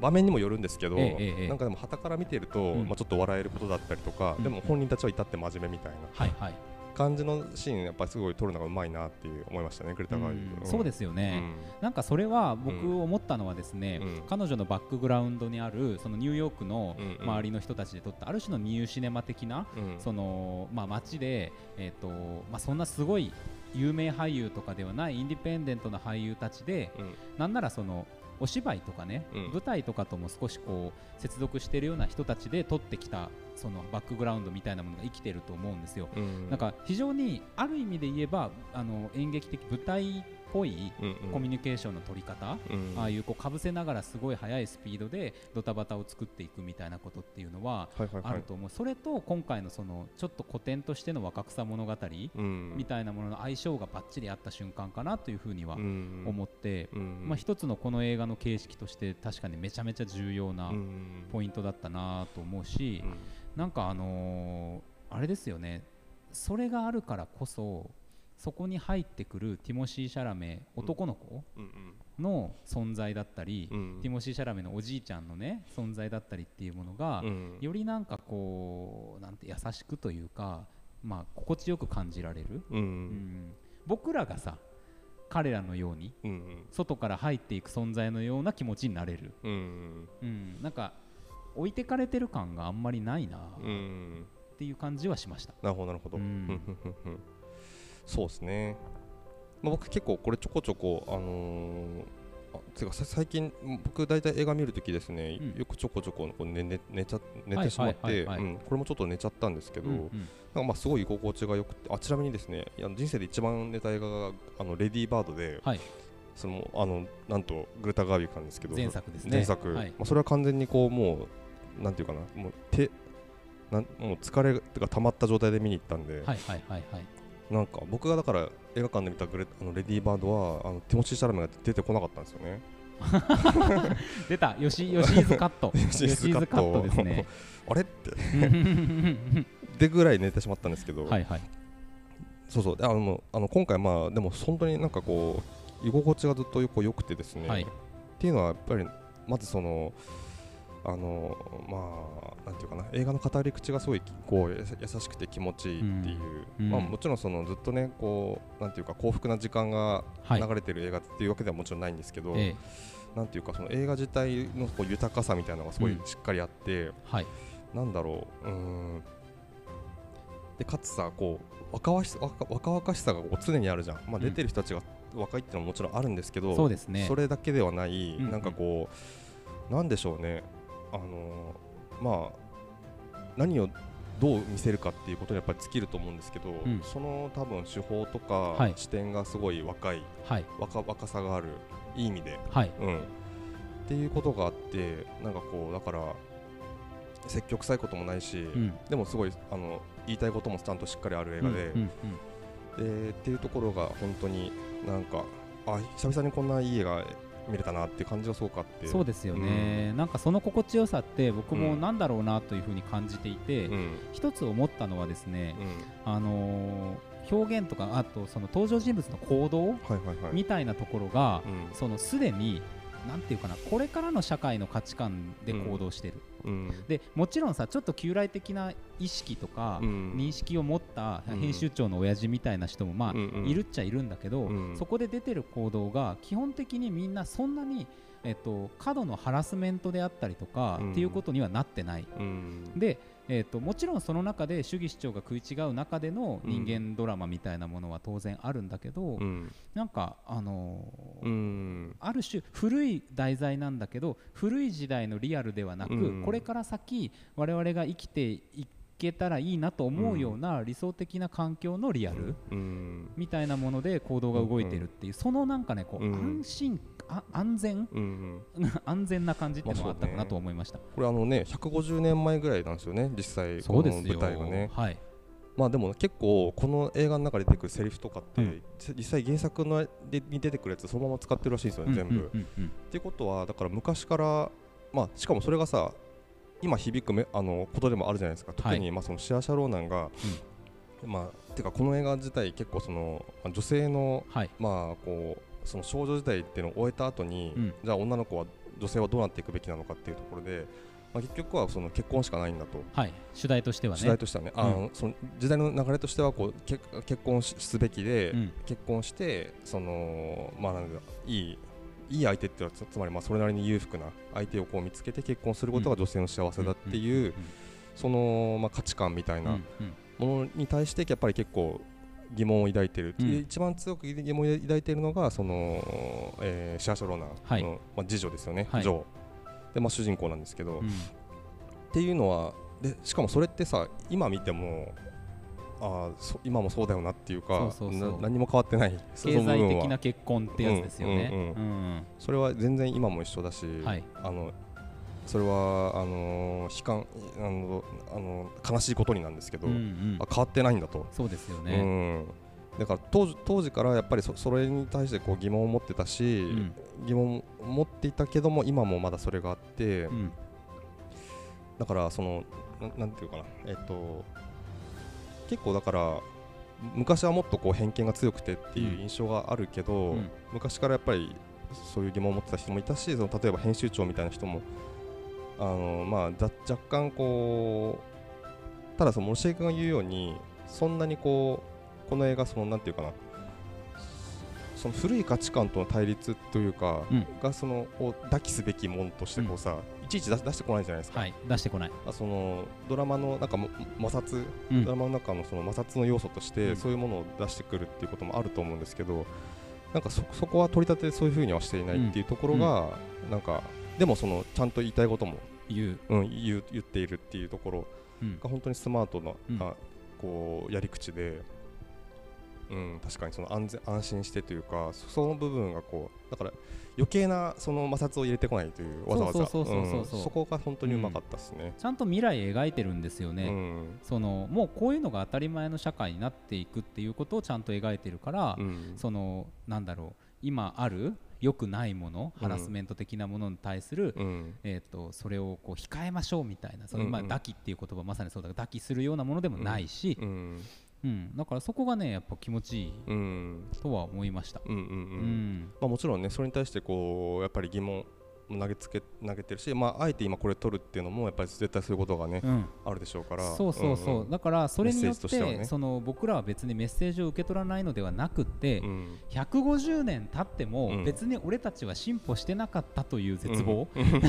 Speaker 2: 場面にもよるんですけど、
Speaker 1: ええええええ
Speaker 2: なんかでも傍から見てると、
Speaker 1: うん
Speaker 2: まあちょっと笑えることだったりとか、
Speaker 1: うん
Speaker 2: でも本人たちは至って真面目みたいな
Speaker 1: はいはい
Speaker 2: 感じのシーンやっぱりすごい撮るのがうまいなっていう思いましたね、クレタ
Speaker 1: う
Speaker 2: が、
Speaker 1: んそうですすよね、なんかそれは僕思ったのはですね、
Speaker 2: うん
Speaker 1: 彼女のバックグラウンドにあるそのニューヨークの
Speaker 2: うんうん
Speaker 1: 周りの人たちで撮ったある種のニューシネマ的な
Speaker 2: うん
Speaker 1: そのまあ街でえっ、とまあそんなすごい有名俳優とかではないインディペンデントな俳優たちで
Speaker 2: うん
Speaker 1: なんならそのお芝居とかね、
Speaker 2: うん
Speaker 1: 舞台とかとも少しこう接続しているような人たちで撮ってきたそのバックグラウンドみたいなものが生きてると思うんですよ。
Speaker 2: うん
Speaker 1: なんか非常にある意味で言えばあの演劇的舞台っぽい
Speaker 2: うん
Speaker 1: コミュニケーションの取り方、
Speaker 2: うん
Speaker 1: ああいうこうかぶせながらすごい速いスピードでドタバタを作っていくみたいなことっていうのは
Speaker 2: はいはいはい
Speaker 1: あると思う、それと今回のそのちょっと古典としての若草物語
Speaker 2: うん
Speaker 1: みたいなものの相性がばっちり合った瞬間かなというふうには
Speaker 2: うん
Speaker 1: 思って、
Speaker 2: うん
Speaker 1: まあ、一つのこの映画の形式として確かにめちゃめちゃ重要な
Speaker 2: うん
Speaker 1: ポイントだったなと思うし、
Speaker 2: うん
Speaker 1: なんかあのーあれですよねそれがあるからこそそこに入ってくるティモシー・シャラメ男の子
Speaker 2: うん
Speaker 1: の存在だったり、
Speaker 2: うん
Speaker 1: ティモシー・シャラメのおじいちゃんのね存在だったりっていうものが、
Speaker 2: うん
Speaker 1: よりなんかこうなんて優しくというかまあ心地よく感じられる、
Speaker 2: う
Speaker 1: う
Speaker 2: んう
Speaker 1: んん僕らがさ彼らのように
Speaker 2: うん
Speaker 1: 外から入っていく存在のような気持ちになれる、
Speaker 2: うん
Speaker 1: うん、なんか置いてかれてる感があんまりないな
Speaker 2: う
Speaker 1: っ
Speaker 2: ん
Speaker 1: ていう感じはしました、
Speaker 2: なるほどなるほど
Speaker 1: う
Speaker 2: うんんうんうんうんそうですねまあ僕結構これちょこちょこあのーあてかさ最近僕大体映画見るときですね
Speaker 1: うん
Speaker 2: よくちょこちょここう寝寝寝ちゃ寝てしまっ
Speaker 1: はいは
Speaker 2: て
Speaker 1: いはいは
Speaker 2: う
Speaker 1: い
Speaker 2: んこれもちょっと寝ちゃったんですけど
Speaker 1: うんうん
Speaker 2: なんかまあすごい居心地が良くてあちなみにですねいや人生で一番寝た映画があのレディーバードで
Speaker 1: はい
Speaker 2: そのあのなんとグレタ・ガービーさんですけど
Speaker 1: 前作ですね
Speaker 2: 前作
Speaker 1: はい
Speaker 2: まあ、それは完全にこうもうなんていうかなもう手なんもう疲れが溜まった状態で見に行ったんで、
Speaker 1: はいはいはいはい
Speaker 2: なんか僕がだから映画館で見たグレあのレディーバードはあのティモシー・シャラメが出てこなかったんですよね。
Speaker 1: 出たよしよしずカット
Speaker 2: ヨシーズカッ
Speaker 1: ヨ
Speaker 2: ト
Speaker 1: シーズです ね
Speaker 2: あれって でぐらい寝てしまったんですけど、
Speaker 1: はいはい
Speaker 2: そうそうであのあの今回まあでも本当になんかこう居心地がずっとよこう良くてですね、
Speaker 1: はい
Speaker 2: っていうのはやっぱりまずそのあのまあなんていうかな映画の語り口がすごいこうやさ優しくて気持ちいいっていう、
Speaker 1: うん
Speaker 2: まあ
Speaker 1: うん
Speaker 2: もちろんそのずっとねこうなんていうか幸福な時間が
Speaker 1: はい
Speaker 2: 流れてる映画っていうわけではもちろんないんですけど、
Speaker 1: ええ
Speaker 2: なんていうかその映画自体のこう豊かさみたいなのがすごい
Speaker 1: うん
Speaker 2: しっかりあって、
Speaker 1: はい
Speaker 2: なんだろううーんでかつさこう若々し若若々しさがこう常にあるじゃん、まあ、
Speaker 1: うん
Speaker 2: 出てる人たちが若いってのももちろんあるんですけど、
Speaker 1: そうですね
Speaker 2: それだけではない、
Speaker 1: うんうん
Speaker 2: なんかこうなんでしょうねあのーまあ何をどう見せるかっていうことにやっぱり尽きると思うんですけど、
Speaker 1: ん
Speaker 2: その多分手法とか、
Speaker 1: い
Speaker 2: 視点がすごい若い
Speaker 1: はい
Speaker 2: 若若さがあるいい意味で
Speaker 1: はい
Speaker 2: うん、っていうことがあってなんかこうだから積極臭いこともないし、
Speaker 1: うん
Speaker 2: でもすごいあの言いたいこともちゃんとしっかりある映
Speaker 1: うんう
Speaker 2: 画
Speaker 1: ん
Speaker 2: で,、
Speaker 1: うん
Speaker 2: でっていうところが本当になんかあ久々にこんないい映画見れたなっていう感じがすごくあって
Speaker 1: そうですよね、なんかその心地よさって僕も
Speaker 2: うん
Speaker 1: なんだろうなというふうに感じていて、
Speaker 2: うんうん
Speaker 1: 一つ思ったのはですね、あのー表現とかあとその登場人物の行動
Speaker 2: はいはいはい
Speaker 1: みたいなところが、
Speaker 2: うん
Speaker 1: そのすでになんていうかなこれからの社会の価値観で行動してる、
Speaker 2: うん
Speaker 1: でもちろんさちょっと旧来的な意識とか、
Speaker 2: うん
Speaker 1: 認識を持った
Speaker 2: うん
Speaker 1: 編集長の親父みたいな人もまあ、
Speaker 2: うんうん
Speaker 1: いるっちゃいるんだけど、
Speaker 2: うん
Speaker 1: そこで出てる行動が基本的にみんなそんなに、えっと、過度のハラスメントであったりとか、
Speaker 2: うん
Speaker 1: っていうことにはなってない
Speaker 2: うん
Speaker 1: で、えー、ともちろんその中で主義主張が食い違う中での人間ドラマみたいなものは当然あるんだけど、
Speaker 2: うん
Speaker 1: なんかあのー
Speaker 2: うん
Speaker 1: ある種古い題材なんだけど古い時代のリアルではなく、
Speaker 2: うん
Speaker 1: これから先我々が生きていけたらいいなと思うような理想的な環境のリアル、
Speaker 2: うん
Speaker 1: みたいなもので行動が動いてるっていう、そのなんかねこう、
Speaker 2: うん
Speaker 1: 安心あ安全
Speaker 2: うん
Speaker 1: 安全な感じっていうのはあったか
Speaker 2: まあそう
Speaker 1: な
Speaker 2: ね
Speaker 1: と思いました、
Speaker 2: これあのね150年前ぐらいなんですよね実際
Speaker 1: そう
Speaker 2: こ
Speaker 1: で
Speaker 2: の
Speaker 1: すよ
Speaker 2: 舞台がね
Speaker 1: はい
Speaker 2: まあでも結構この映画の中で出てくるセリフとかって、
Speaker 1: うん
Speaker 2: 実際原作のでに出てくるやつそのまま使ってるらしいんですよね、全部。っ
Speaker 1: うんうんうん
Speaker 2: ていうことはだから昔からまあしかもそれがさ今響くめあのことでもあるじゃないですか特に、まあそのシア・シャローナンが、まあてかこの映画自体結構そのまあ女性の
Speaker 1: うんはい
Speaker 2: まあこうその少女時代っていうのを終えた後に、
Speaker 1: うん
Speaker 2: じゃあ女の子は女性はどうなっていくべきなのかっていうところで、まあ、結局はその結婚しかないんだと。
Speaker 1: はい主題としてはね
Speaker 2: 時代としてはね、あのその時代の流れとしてはこう結結婚しすべきで、
Speaker 1: うん
Speaker 2: 結婚してそのまあなんだいいいい相手っていうのはつつまりまあそれなりに裕福な相手をこう見つけて結婚することが女性の幸せだっていう、
Speaker 1: うんうん
Speaker 2: そのまあ価値観みたい
Speaker 1: うんう
Speaker 2: なん
Speaker 1: うん
Speaker 2: ものに対してやっぱり結構疑問を抱いてる、
Speaker 1: うん
Speaker 2: 一番強く疑問を抱いているのがその、えーシャーシャローナの、
Speaker 1: はい
Speaker 2: まあ、次女ですよね、
Speaker 1: はい
Speaker 2: ジョーでまあ主人公なんですけど、
Speaker 1: うん
Speaker 2: っていうのはでしかもそれってさ今見てもあーそ今もそうだよなっていうか
Speaker 1: そうそうそう
Speaker 2: な何も変わってないそ
Speaker 1: 経
Speaker 2: の部
Speaker 1: 済
Speaker 2: 分
Speaker 1: 的な
Speaker 2: は
Speaker 1: 結婚ってやつですよね。
Speaker 2: うんうん
Speaker 1: う
Speaker 2: うんそれは全然今も一緒だし、
Speaker 1: はい
Speaker 2: あのそれはあのー悲観あのあの悲しいことになんですけど、
Speaker 1: うんうん
Speaker 2: あ変わってないんだと、
Speaker 1: そうですよね。
Speaker 2: うん、だから当時当時からやっぱりそそれに対してこう疑問を持ってたし、
Speaker 1: うん
Speaker 2: 疑問を持っていたけども今もまだそれがあって、
Speaker 1: うん
Speaker 2: だからそのななんていうかなえっと結構だから昔はもっとこう偏見が強くてっていう印象があるけど、
Speaker 1: うん
Speaker 2: 昔からやっぱりそういう疑問を持ってた人もいたしその例えば編集長みたいな人もあの、まあ、ざ若干こうただその森重君が言うようにそんなにこうこの映画そのなんていうかなその古い価値観との対立というか、
Speaker 1: うん
Speaker 2: がそのを抱きすべきものとしてこうさ、いちいち出し出してこないじゃないですか、
Speaker 1: はい出してこない。
Speaker 2: あそのドラマのなんかも摩擦、
Speaker 1: うん
Speaker 2: ドラマの中のその摩擦の要素として、
Speaker 1: うん
Speaker 2: そういうものを出してくるっていうこともあると思うんですけどなんかそそこは取り立てそういうふうにはしていないっていうところが、なんかでもそのちゃんと言いたいことも、
Speaker 1: 言う。
Speaker 2: うん、言う言っているっていうところ
Speaker 1: うん
Speaker 2: が本当にスマートな、
Speaker 1: うん
Speaker 2: あこうやり口で、うん、確かにその安全安心してというかそその部分がこうだから余計なその摩擦を入れてこないというわざわざ
Speaker 1: そうそうそうそうそうそう
Speaker 2: うんそこが本当にうまかったですね。
Speaker 1: ちゃんと未来描いてるんですよ
Speaker 2: う
Speaker 1: ね、
Speaker 2: ん
Speaker 1: そのもうこういうのが当たり前の社会になっていくっていうことをちゃんと描いてるから、
Speaker 2: うん
Speaker 1: そのなんだろう今ある良くないもの
Speaker 2: うん
Speaker 1: ハラスメント的なものに対する、
Speaker 2: うん
Speaker 1: えー、とそれをこう控えましょうみたいなその
Speaker 2: うんうん
Speaker 1: 今「抱き」っていう言葉まさにそうだけど抱きするようなものでもないし
Speaker 2: う、ん
Speaker 1: うんだからそこがねやっぱ気持ちいい
Speaker 2: うんうん
Speaker 1: とは思いました。
Speaker 2: うんう
Speaker 1: うんん
Speaker 2: まあ、もちろんねそれに対してこうやっぱり疑問を投げつけ投げてるし、まあ、あえて今これ取るっていうのもやっぱり絶対そういうことがね、
Speaker 1: うん、
Speaker 2: あるでしょうから
Speaker 1: そうそうそう、
Speaker 2: んん
Speaker 1: だからそれによっ
Speaker 2: メッセージと
Speaker 1: て
Speaker 2: してはね
Speaker 1: その僕らは別にメッセージを受け取らないのではなくって、
Speaker 2: うん
Speaker 1: 150年経って
Speaker 2: う
Speaker 1: も
Speaker 2: ん
Speaker 1: 別に俺たちは進歩してなかったという絶望、
Speaker 2: うん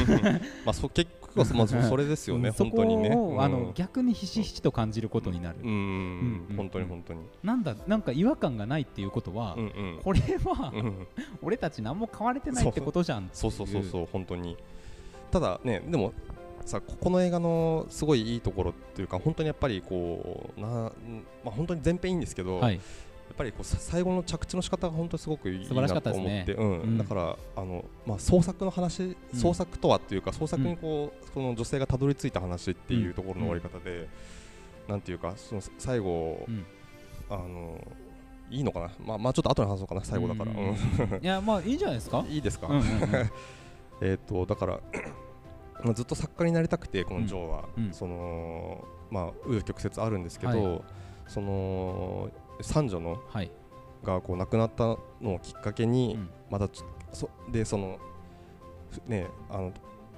Speaker 2: まあそ結局は そ,、まあ、そそれですよね、
Speaker 1: うんそ
Speaker 2: 本
Speaker 1: こ
Speaker 2: 当にね。
Speaker 1: をあ
Speaker 2: う
Speaker 1: の
Speaker 2: ん
Speaker 1: 逆にひしひしと感じることになる、
Speaker 2: うんう
Speaker 1: う
Speaker 2: んうんん、本当に本当に。
Speaker 1: なんだなんか違和感がないっていうことは
Speaker 2: う、んうん
Speaker 1: これは
Speaker 2: うん
Speaker 1: 俺たち何も変われてないってことじゃん
Speaker 2: そうそうそうそう、本当に。ただね、でもさ、ここの映画のすごいいいところっていうか、本当にやっぱりこう、なまあ、本当に前編いいんですけど、
Speaker 1: は
Speaker 2: や
Speaker 1: い、
Speaker 2: っぱりこうさ最後の着地の仕方が本当にすごくいい
Speaker 1: 素晴らしか
Speaker 2: な
Speaker 1: った
Speaker 2: と
Speaker 1: です
Speaker 2: 思
Speaker 1: ね
Speaker 2: って、うん
Speaker 1: うん
Speaker 2: だからあの、まあ、創作の話、
Speaker 1: うん
Speaker 2: 創作とはっていうか、創作にこう、その女性がたどり着いた話っていうところの終わり方で、なんていうか、その最後、
Speaker 1: うん
Speaker 2: あのいいのかな、まあ、まあちょっと後に話そうかな、最後だから。
Speaker 1: うんうんうん
Speaker 2: うん
Speaker 1: いやまあいいんじゃないですか、
Speaker 2: いいですか、
Speaker 1: うんうんうん
Speaker 2: えっ、とだから まあずっと作家になりたくてこのジョーは、
Speaker 1: うんうん
Speaker 2: そのまあ紆余曲折あるんですけど、
Speaker 1: は
Speaker 2: その三女の
Speaker 1: はい、
Speaker 2: がこう亡くなったのをきっかけに、
Speaker 1: うん
Speaker 2: またちょそでそのふねあの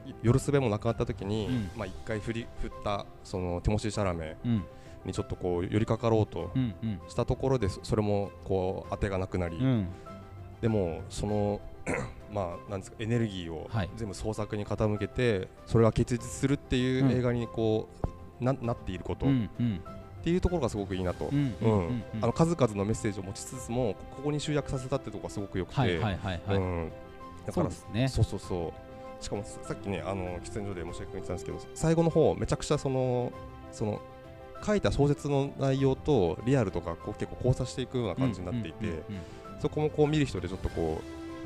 Speaker 2: い夜すべもなくなった時に、
Speaker 1: うん
Speaker 2: まあ一回振り振ったそのティモシー・シャラメ
Speaker 1: うん
Speaker 2: にちょっとこう寄りかかろうと
Speaker 1: うんうん
Speaker 2: したところでそそれもこう当てがなくなり、
Speaker 1: うん
Speaker 2: でもその まあなんですかエネルギーを
Speaker 1: はい
Speaker 2: 全部創作に傾けて、それが結実するっていう
Speaker 1: うん
Speaker 2: 映画にこう、ななっていること、
Speaker 1: う
Speaker 2: っ
Speaker 1: んうん
Speaker 2: ていうところがすごくいいなと、
Speaker 1: うんうんうんうん
Speaker 2: あの数々のメッセージを持ちつつもここに集約させたってところがすごくよくて、
Speaker 1: はいはいはいはい、
Speaker 2: うん、だ
Speaker 1: そ
Speaker 2: か
Speaker 1: う
Speaker 2: ら
Speaker 1: ですね
Speaker 2: そうそうそうしかもささっきねあの喫煙所で申し訳言ってたんですけど最後の方めちゃくちゃそのその書いた小説の内容とリアルとかこう結構交差していくような感じになっていて。
Speaker 1: うんうんうんうん
Speaker 2: そこもこう見る人でちょっとこ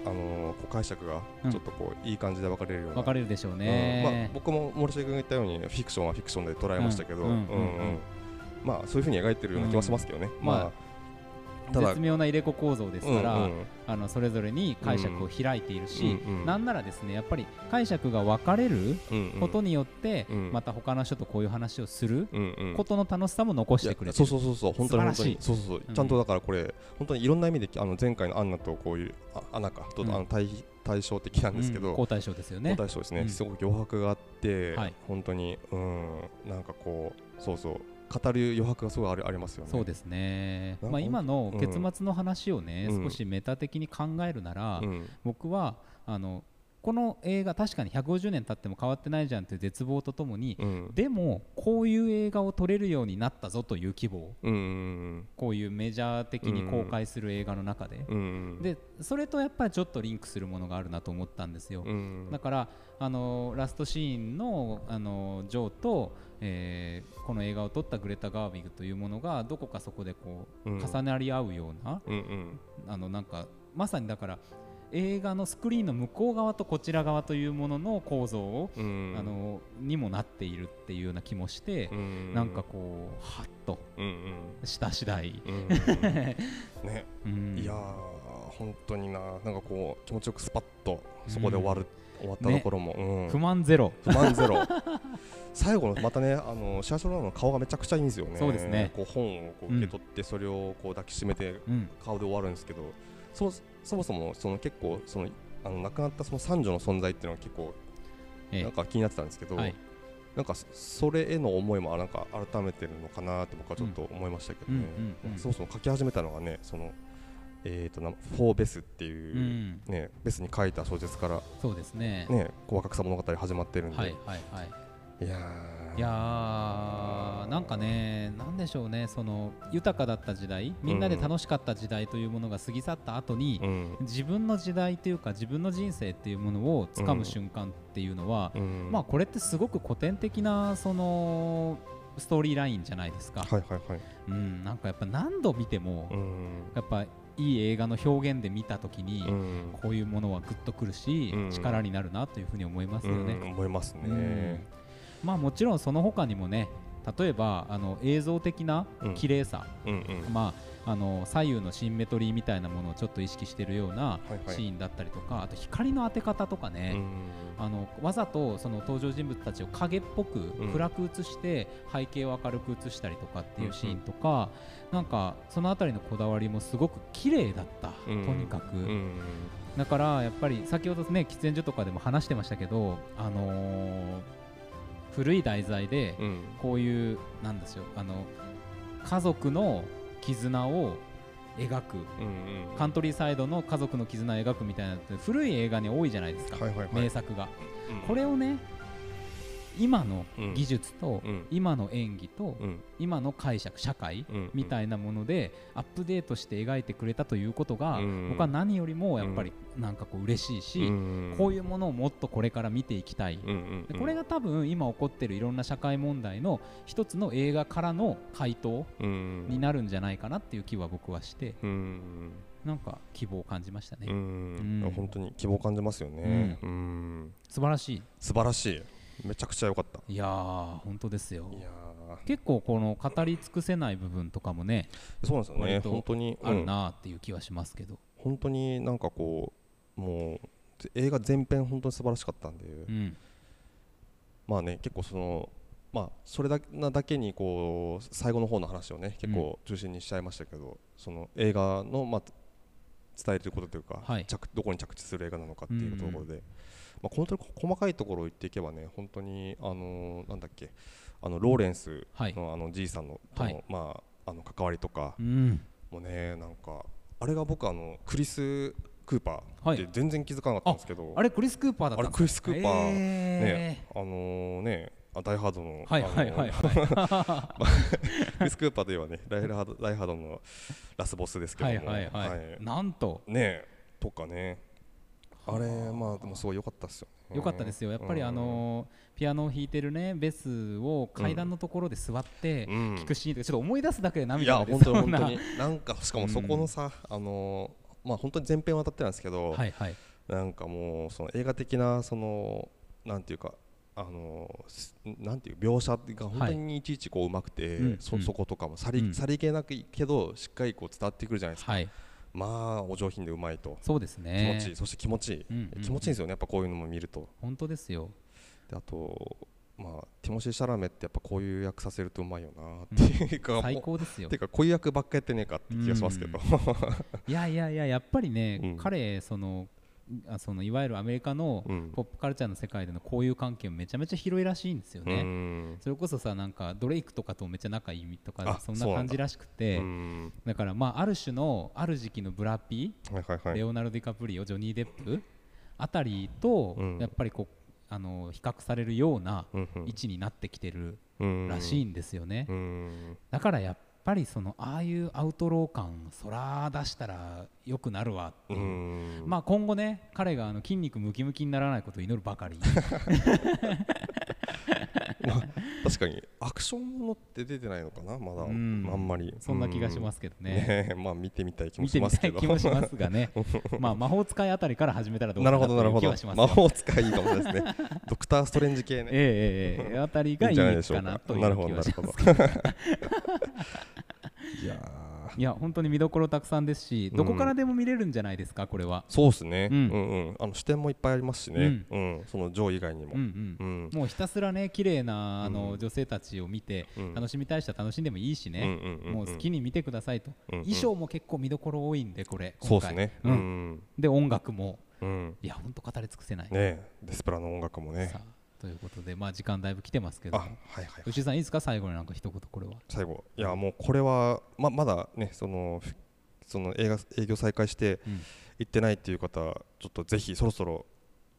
Speaker 2: う、あのーこう解釈が
Speaker 1: うん
Speaker 2: ちょっとこう、いい感じで分かれるような。
Speaker 1: 分かれるでしょう
Speaker 2: うんまあ
Speaker 1: ね、、
Speaker 2: 僕も森重君が言ったようにフィクションはフィクションで捉えましたけど、
Speaker 1: う
Speaker 2: うんん
Speaker 1: うん
Speaker 2: うん
Speaker 1: うんうん
Speaker 2: まあそういうふうに描いてるような気はしますけどね。
Speaker 1: うんま
Speaker 2: まあただ
Speaker 1: 絶妙な入れ子構造です
Speaker 2: うん
Speaker 1: か
Speaker 2: うん
Speaker 1: ら、あのそれぞれに解釈を開いているし、
Speaker 2: うんうん
Speaker 1: なんならですねやっぱり解釈が分かれる
Speaker 2: うんうん
Speaker 1: ことによって、
Speaker 2: うん
Speaker 1: また他の人とこういう話をする
Speaker 2: うんうん
Speaker 1: ことの楽しさも残してく
Speaker 2: い
Speaker 1: れ
Speaker 2: や
Speaker 1: て
Speaker 2: そう
Speaker 1: る
Speaker 2: そうそうそう本当に本
Speaker 1: 素
Speaker 2: 当
Speaker 1: 晴らしい
Speaker 2: にそうそう
Speaker 1: う
Speaker 2: そ
Speaker 1: ん
Speaker 2: うちゃんとだからこれ本当にいろんな意味であの前回のアンナとこういうあアナかと
Speaker 1: うん
Speaker 2: あの対比対照的なんですけ
Speaker 1: う
Speaker 2: ど
Speaker 1: ん、好対象ですよね
Speaker 2: ね、大賞ですね、
Speaker 1: うん
Speaker 2: すごく余白があって、
Speaker 1: はい
Speaker 2: 本当にうんなんかこうそうそう語る余白がすごいありありますよね
Speaker 1: そうですね、
Speaker 2: なんか
Speaker 1: まあ、今の
Speaker 2: うん
Speaker 1: 結末の話をね、
Speaker 2: うん
Speaker 1: 少しメタ的に考えるなら、
Speaker 2: うん
Speaker 1: 僕はあのこの映画確かに150年経っても変わってないじゃんという絶望とともに、
Speaker 2: うん
Speaker 1: でもこういう映画を撮れるようになったぞという希望
Speaker 2: うんうん
Speaker 1: こういうメジャー的に公開する映画の中で、
Speaker 2: うんうん
Speaker 1: でそれとやっぱりちょっとリンクするものがあるなと思ったんですよ、
Speaker 2: うん
Speaker 1: だから、あのーラストシーンの、あのージョーと、えーこの映画を撮ったグレタ・ガービグというものがどこかそこでこう、
Speaker 2: うん
Speaker 1: 重なり合うような
Speaker 2: うんうん
Speaker 1: あのなんかまさにだから映画のスクリーンの向こう側とこちら側というものの構造を、
Speaker 2: うん
Speaker 1: あのーにもなっているっていうような気もして
Speaker 2: う、ん
Speaker 1: なんかこうハッと
Speaker 2: うん
Speaker 1: した次第。
Speaker 2: うんうんね
Speaker 1: うん
Speaker 2: いやー本当にななんかこう気持ちよくスパッとそこで終わる、終わったところも、うん
Speaker 1: 不満ゼロ、
Speaker 2: 不満ゼロ最後のまたねあのシャーショローの顔がめちゃくちゃいいんですよね
Speaker 1: そうですね
Speaker 2: こう本をこう受け取ってそれをこう抱きしめて
Speaker 1: うん、
Speaker 2: 顔で終わるんですけど、そそもそもその結構そのあの亡くなったその三女の存在っていうのは結構
Speaker 1: ええ
Speaker 2: なんか気になってたんですけど、
Speaker 1: はい
Speaker 2: なんかそそれへの思いもなんか改めてるのかなって僕はちょっと思いましたけどね、
Speaker 1: うんうんうんうん
Speaker 2: そもそも書き始めたのがねそのえー、となフォーベスっていう、
Speaker 1: うん
Speaker 2: ね、ベスに書いた小説から、
Speaker 1: そうですね。
Speaker 2: ね、こう若草物語始まってるんで、
Speaker 1: はいはいはい。
Speaker 2: いやー
Speaker 1: いやーなんかね、なんでしょうね、その豊かだった時代、みんなで楽しかった時代というものが過ぎ去った後に、
Speaker 2: うん
Speaker 1: 自分の時代というか、自分の人生っていうものを掴む瞬間っていうのは、
Speaker 2: うん
Speaker 1: まあこれってすごく古典的なそのストーリーラインじゃないですか、
Speaker 2: はいはいはい
Speaker 1: うん、なんかやっぱ何度見ても、
Speaker 2: うん
Speaker 1: やっぱいい映画の表現で見た時に、
Speaker 2: うん
Speaker 1: こういうものはグッとくるし、
Speaker 2: うん
Speaker 1: 力になるなというふうに思いますよね。
Speaker 2: うん思います
Speaker 1: うん
Speaker 2: ね。
Speaker 1: まあもちろんその他にもね例えばあの映像的な
Speaker 2: うん
Speaker 1: 綺麗さ、
Speaker 2: うんうん
Speaker 1: まあ、あの左右のシンメトリーみたいなものをちょっと意識してるようない
Speaker 2: はい
Speaker 1: シーンだったりとか、あと光の当て方とかね、あのわざとその登場人物たちを影っぽく
Speaker 2: うん
Speaker 1: 暗く映して背景を明るく映したりとかっていうシーンとか、なんかそのあたりのこだわりもすごく綺麗だった、
Speaker 2: うん
Speaker 1: とにかく、
Speaker 2: うんうん
Speaker 1: だからやっぱり先ほどね喫煙所とかでも話してましたけどあのー古い題材で
Speaker 2: うん
Speaker 1: こういうなんですよあの家族の絆を描く
Speaker 2: うんうん
Speaker 1: カントリーサイドの家族の絆を描くみたいなのって古い映画に多いじゃないですか、
Speaker 2: はいはいはい
Speaker 1: 名作が。
Speaker 2: うん
Speaker 1: これをね今の
Speaker 2: うん
Speaker 1: 技術と、
Speaker 2: うん
Speaker 1: 今の演技と、
Speaker 2: うん
Speaker 1: 今の解釈社会
Speaker 2: うんうん
Speaker 1: みたいなものでアップデートして描いてくれたということが、
Speaker 2: うん
Speaker 1: 僕は何よりもやっぱりなんかこう嬉しいし、
Speaker 2: うん
Speaker 1: こういうものをもっとこれから見ていきたい、
Speaker 2: うんうんうん
Speaker 1: でこれが多分今起こってるいろんな社会問題の一つの映画からの回答
Speaker 2: うんうん
Speaker 1: になるんじゃないかなっていう気は僕はして
Speaker 2: うん
Speaker 1: なんか希望を感じましたね、
Speaker 2: うん
Speaker 1: うん
Speaker 2: 本当に希望を感じますよね。うん
Speaker 1: 素晴らし
Speaker 2: 素晴らしい。めちゃくちゃ良かった。
Speaker 1: いいやー本当ですよ
Speaker 2: いや
Speaker 1: 結構この語り尽くせない部分とかもね
Speaker 2: ーそうなんですよね。
Speaker 1: 割と
Speaker 2: 本当に
Speaker 1: ある
Speaker 2: うん
Speaker 1: なーっていう気はしますけど、
Speaker 2: 本当になんかこうもうぜ映画全編本当に素晴らしかったんで、
Speaker 1: うん
Speaker 2: まあね結構そのまあそれだけなだけにこう最後の方の話をね結構中心にしちゃいましたけど、その映画のまあ伝えてることというか、
Speaker 1: はい
Speaker 2: 着どこに着地する映画なのかっていうところで、まあ本当に細かいところを言っていけばね本当にあのーなんだっけあのローレンス
Speaker 1: はい、
Speaker 2: のあのじいさんのと
Speaker 1: は
Speaker 2: の、
Speaker 1: い
Speaker 2: まああの関わりとか、
Speaker 1: うん、
Speaker 2: もうねなんかあれが僕あのクリス・クーパー
Speaker 1: は
Speaker 2: っ
Speaker 1: い
Speaker 2: て全然気づかなかったんですけど、
Speaker 1: あれクリス・クーパーだった
Speaker 2: あれクリス・クーパー、
Speaker 1: え
Speaker 2: ねあのねあダイハードの、
Speaker 1: はいはいはい
Speaker 2: あの
Speaker 1: はい
Speaker 2: クリス・クーパーといえばねダイハードダイハードのラスボスですけ
Speaker 1: は
Speaker 2: ど
Speaker 1: い
Speaker 2: も
Speaker 1: はいはい、
Speaker 2: はい
Speaker 1: なんと
Speaker 2: ねとかねあれまあでもすごい良かったですよね
Speaker 1: 良かったですよやっぱりあのーピアノを弾いてるねベスを階段のところで座って
Speaker 2: うん
Speaker 1: 聴くシーンとかちょっと思い出すだけで
Speaker 2: い
Speaker 1: 涙
Speaker 2: や
Speaker 1: が出
Speaker 2: 本
Speaker 1: そ
Speaker 2: 当
Speaker 1: う
Speaker 2: に
Speaker 1: な
Speaker 2: 本当になんかしかもそこのさ、あのまあ本当に前編は当たってなんですけど、
Speaker 1: はいはい
Speaker 2: なんかもうその映画的なそのなんていうかあのすなんていう描写が本当にいちいちこううまくて、
Speaker 1: うんう
Speaker 2: そ
Speaker 1: ん
Speaker 2: そことかもさり,、
Speaker 1: うん
Speaker 2: さりげなくいいけどしっかりこう伝わってくるじゃないですか、
Speaker 1: はい
Speaker 2: まあお上品でうまいと、
Speaker 1: そうです
Speaker 2: 気持
Speaker 1: ね
Speaker 2: ちいいそして気持ちいい、
Speaker 1: うんうんうん
Speaker 2: 気持ちいいんですよねやっぱこういうのも見ると
Speaker 1: 本当ですよ
Speaker 2: であとまあティモシー・シャラメってやっぱこういう役させるとうまいよなっていうか、
Speaker 1: 最
Speaker 2: も
Speaker 1: 高ですよ
Speaker 2: うてかこういう役ばっかやってねえかって気がしますけど、
Speaker 1: いやいやいややっぱり
Speaker 2: う
Speaker 1: ね
Speaker 2: ん
Speaker 1: 彼そのあそのいわゆるアメリカの
Speaker 2: うん
Speaker 1: ポップカルチャーの世界での交友関係もめちゃめちゃ広いらしいんですよ
Speaker 2: う
Speaker 1: ね
Speaker 2: ん
Speaker 1: それこそさなんかドレイクとかとめっちゃ仲いいと
Speaker 2: あ
Speaker 1: かそん
Speaker 2: そ
Speaker 1: な
Speaker 2: うなんだ
Speaker 1: 感じらしくて
Speaker 2: うん
Speaker 1: だからまあある種のある時期のブラピ
Speaker 2: はいはいはい
Speaker 1: レオナルド・ディカプリオジョニー・デップあたりと
Speaker 2: うん
Speaker 1: やっぱりこうあの比較されるような
Speaker 2: うんうん
Speaker 1: 位置になってきてる
Speaker 2: うん
Speaker 1: らしいんですよね
Speaker 2: うん
Speaker 1: だからやっぱりそのああいうアウトロー感そら出したら良くなるわって
Speaker 2: う
Speaker 1: いう、
Speaker 2: ん
Speaker 1: まあ今後ね彼があの筋肉ムキムキにならないことを祈るばかり
Speaker 2: 確かにアクションものって出てないのかな まだ、
Speaker 1: うん
Speaker 2: あんまり
Speaker 1: そんな気がしますすけど
Speaker 2: ね
Speaker 1: ね
Speaker 2: えまあ見てみたい気も
Speaker 1: 見
Speaker 2: して
Speaker 1: み
Speaker 2: ます
Speaker 1: た
Speaker 2: け
Speaker 1: い
Speaker 2: ど
Speaker 1: 気もしますが ねまあ魔法使いあたりから始めたらどうか
Speaker 2: なるほどなる
Speaker 1: とい
Speaker 2: ほ
Speaker 1: う気
Speaker 2: ど
Speaker 1: はしますよ
Speaker 2: 魔法使いいいかもしれな いですねドクターストレンジ系ね
Speaker 1: ええええええあたりがいいかなという
Speaker 2: なるほ
Speaker 1: 気
Speaker 2: どな
Speaker 1: は
Speaker 2: る
Speaker 1: し
Speaker 2: ほ
Speaker 1: ま
Speaker 2: ど
Speaker 1: す
Speaker 2: いやー
Speaker 1: いや本当に見どころたくさんですし
Speaker 2: うん
Speaker 1: どこからでも見れるんじゃないですかこれは、
Speaker 2: そうですね、う、
Speaker 1: うんん
Speaker 2: うんあの視点もいっぱいありますしねうん、そのジョー以外にも
Speaker 1: うんうん
Speaker 2: うん
Speaker 1: もうひたすらね綺麗なあ
Speaker 2: う
Speaker 1: の
Speaker 2: ん
Speaker 1: 女性たちを見て、
Speaker 2: うん
Speaker 1: 楽しみたい人は楽しんでもいいし
Speaker 2: う
Speaker 1: ね、
Speaker 2: んうんうん
Speaker 1: もう好きに見てくださいと、
Speaker 2: うんうん
Speaker 1: 衣装も結構見どころ多いんでこれ今
Speaker 2: そうです
Speaker 1: 回
Speaker 2: ね
Speaker 1: う
Speaker 2: うんん
Speaker 1: で音楽も
Speaker 2: うんね
Speaker 1: いやほんと語り尽くせない、
Speaker 2: えデスプラの音楽もね
Speaker 1: さあということでまあ時間だいぶ来てますけ
Speaker 2: あ
Speaker 1: ど
Speaker 2: はいはいはい
Speaker 1: 牛井さんいいですか最後になんか一言これは
Speaker 2: 最後いやもうこれはままだねそのふその映画営業再開して
Speaker 1: うん
Speaker 2: 行ってないっていう方ちょっとぜひそろそろ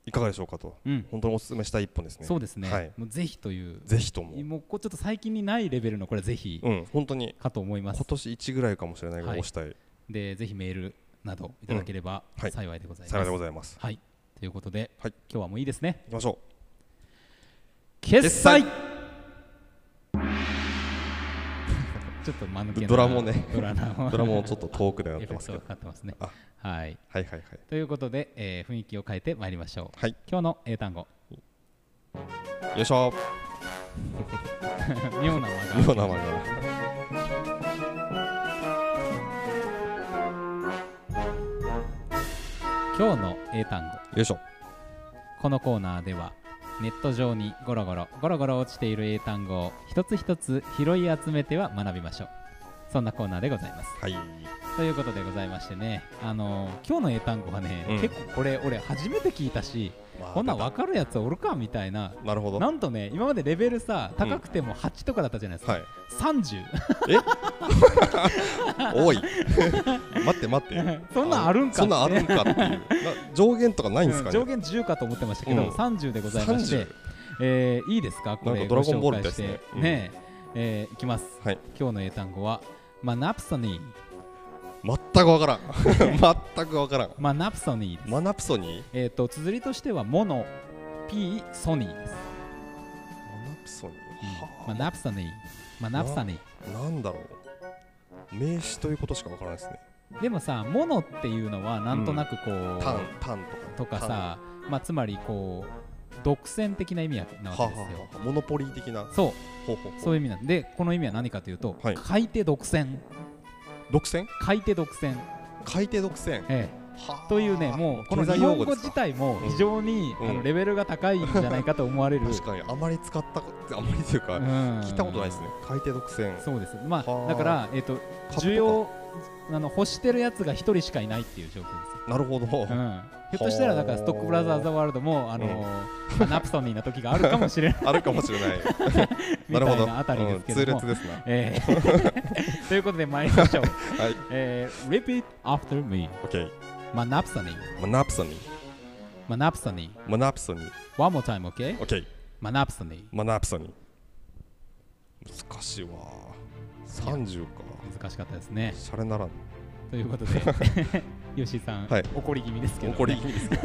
Speaker 2: いかがでしょうかと、
Speaker 1: うん
Speaker 2: 本当にお勧めしたい一本ですね
Speaker 1: そうですね、
Speaker 2: はい
Speaker 1: もうぜひという
Speaker 2: ぜひとも
Speaker 1: もうこうちょっと最近にないレベルのこれはぜひ
Speaker 2: うん本当に
Speaker 1: かと思いま
Speaker 2: 今
Speaker 1: す、
Speaker 2: 年1ぐらいかもしれないが
Speaker 1: はい
Speaker 2: 押したい、
Speaker 1: でぜひメールなどいただければ
Speaker 2: うんはい
Speaker 1: 幸いでございます、
Speaker 2: さようでございます
Speaker 1: はいということで、
Speaker 2: はい
Speaker 1: 今日はもういいですね
Speaker 2: 行きましょ
Speaker 1: 決
Speaker 2: 済
Speaker 1: 済ちょっと間抜けな
Speaker 2: ドラもね
Speaker 1: ドラ も
Speaker 2: ドラもちょっと遠くでなっ
Speaker 1: エ
Speaker 2: て
Speaker 1: フェ
Speaker 2: ま
Speaker 1: クト
Speaker 2: すけ
Speaker 1: がかか
Speaker 2: ど
Speaker 1: ってますね
Speaker 2: あ
Speaker 1: はい
Speaker 2: はいはいはい
Speaker 1: ということで、えー雰囲気を変えてまいりましょう
Speaker 2: はい
Speaker 1: 今日の英単語
Speaker 2: よいしょ
Speaker 1: 妙な間が
Speaker 2: 今の名前だな
Speaker 1: 今日の英単語
Speaker 2: よいしょ
Speaker 1: このコーナーではネット上にゴロゴロゴロゴロ落ちている英単語を一つ一つ拾い集めては学びましょうそんなコーナーでございます
Speaker 2: はい
Speaker 1: ということでございましてねあのー今日の英単語はね、
Speaker 2: うん
Speaker 1: 結構これ俺初めて聞いたし
Speaker 2: まあ
Speaker 1: こんなん分かるやつおるかみたいな
Speaker 2: なるほど
Speaker 1: なんとね今までレベルさ高くても8とかだったじゃないですか、
Speaker 2: はい
Speaker 1: 30
Speaker 2: 多い待って待って
Speaker 1: そんなんあるんか
Speaker 2: そんなんあるんかっていうな上限とかないんです
Speaker 1: う
Speaker 2: か
Speaker 1: ん
Speaker 2: ね
Speaker 1: 上限10かと思ってましたけど、
Speaker 2: うん
Speaker 1: 30でございまして
Speaker 2: 30、
Speaker 1: えーいいですかこ
Speaker 2: な
Speaker 1: れ
Speaker 2: んかドラゴンボール
Speaker 1: ご紹介して
Speaker 2: みたいですねうん
Speaker 1: ねええーいきます
Speaker 2: はい
Speaker 1: 今日の英単語はマナプソニー
Speaker 2: 全くわからん 全くわからん
Speaker 1: マナプソニーです、
Speaker 2: マナプソニー
Speaker 1: えっ、と綴りとしてはモノ P ソニーです、
Speaker 2: マナプソニー
Speaker 1: マ
Speaker 2: は
Speaker 1: ナプソニーマナプソニー
Speaker 2: あなんだろう名詞ということしかわからないですね
Speaker 1: でもさ、モノっていうのはなんとなくこう、
Speaker 2: タンタンとかね
Speaker 1: とか
Speaker 2: タン
Speaker 1: さ、まあ、つまりこう独占的な意味なわ
Speaker 2: は
Speaker 1: け
Speaker 2: あ
Speaker 1: です
Speaker 2: は
Speaker 1: よ。
Speaker 2: あはあモノポリー的な
Speaker 1: そう、
Speaker 2: ほうほうほう
Speaker 1: そういう意味なんで、この意味は何かというと、
Speaker 2: はい
Speaker 1: 買い手独占、
Speaker 2: 独占
Speaker 1: 買い手独占、
Speaker 2: 海底独占
Speaker 1: え
Speaker 2: は
Speaker 1: え
Speaker 2: あ
Speaker 1: というね、もうこの
Speaker 2: 経
Speaker 1: 日
Speaker 2: 済
Speaker 1: 本
Speaker 2: 用
Speaker 1: 語
Speaker 2: です
Speaker 1: 自
Speaker 2: か
Speaker 1: 体も非常に、
Speaker 2: うん
Speaker 1: あのレベルが高いんじゃないかと思われる。
Speaker 2: 確かにあまり使ったあまりというか
Speaker 1: うん
Speaker 2: 聞いたことないですね海底独占
Speaker 1: そうです、ま
Speaker 2: は
Speaker 1: あ、
Speaker 2: あ
Speaker 1: だから、えっと
Speaker 2: 株とか
Speaker 1: 需要あの欲してるやつが一人しかいないっていう状況ですよ。
Speaker 2: なるほど
Speaker 1: うん、ひょっとしたらだからストックブラザーズ・ワールドもあのーナプソニーな時があるかもし れない
Speaker 2: あるかもしれ ない
Speaker 1: みた
Speaker 2: なるほ
Speaker 1: い
Speaker 2: ど
Speaker 1: なあたりですけども、
Speaker 2: うん痛烈ですな
Speaker 1: え ーということで参りましょう。
Speaker 2: はい
Speaker 1: えー Repeat after me.
Speaker 2: OK
Speaker 1: Monopsony.
Speaker 2: マナプソニー
Speaker 1: Monopsony.
Speaker 2: マナプソニー
Speaker 1: One more time, okay?
Speaker 2: OK
Speaker 1: Monopsony.
Speaker 2: マナプソニー難しいわ30か
Speaker 1: 難しかったですね。
Speaker 2: シャレならん
Speaker 1: ということで、 吉井さん、
Speaker 2: はい
Speaker 1: 怒り気味ですけど、ね、
Speaker 2: 怒り気味ですね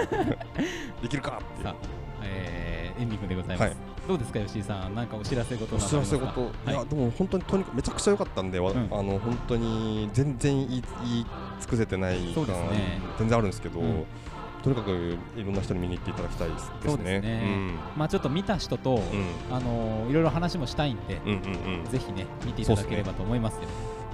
Speaker 2: できるかっていう
Speaker 1: さあ、えーエンディングでございます。
Speaker 2: はい
Speaker 1: どうですか、吉井さん、なんかお知らせ事
Speaker 2: お
Speaker 1: などあ
Speaker 2: 知
Speaker 1: り
Speaker 2: ら
Speaker 1: ます
Speaker 2: せ
Speaker 1: か
Speaker 2: 事、
Speaker 1: は
Speaker 2: い、やでも本当にとにかくめちゃくちゃ良かったんで、わ
Speaker 1: うん
Speaker 2: あの本当に全然言い言い尽くせてない
Speaker 1: そう
Speaker 2: 感
Speaker 1: ですね
Speaker 2: 全然あるんですけど、
Speaker 1: うん
Speaker 2: とにかくいろんな人に見に行っていただきたいですね。
Speaker 1: そうですねいまあ、ちょっと見た人と、あのーいろいろ話もしたいんで、
Speaker 2: うん、うん、うんうんうん
Speaker 1: ぜひね、見ていただければと思いますよ。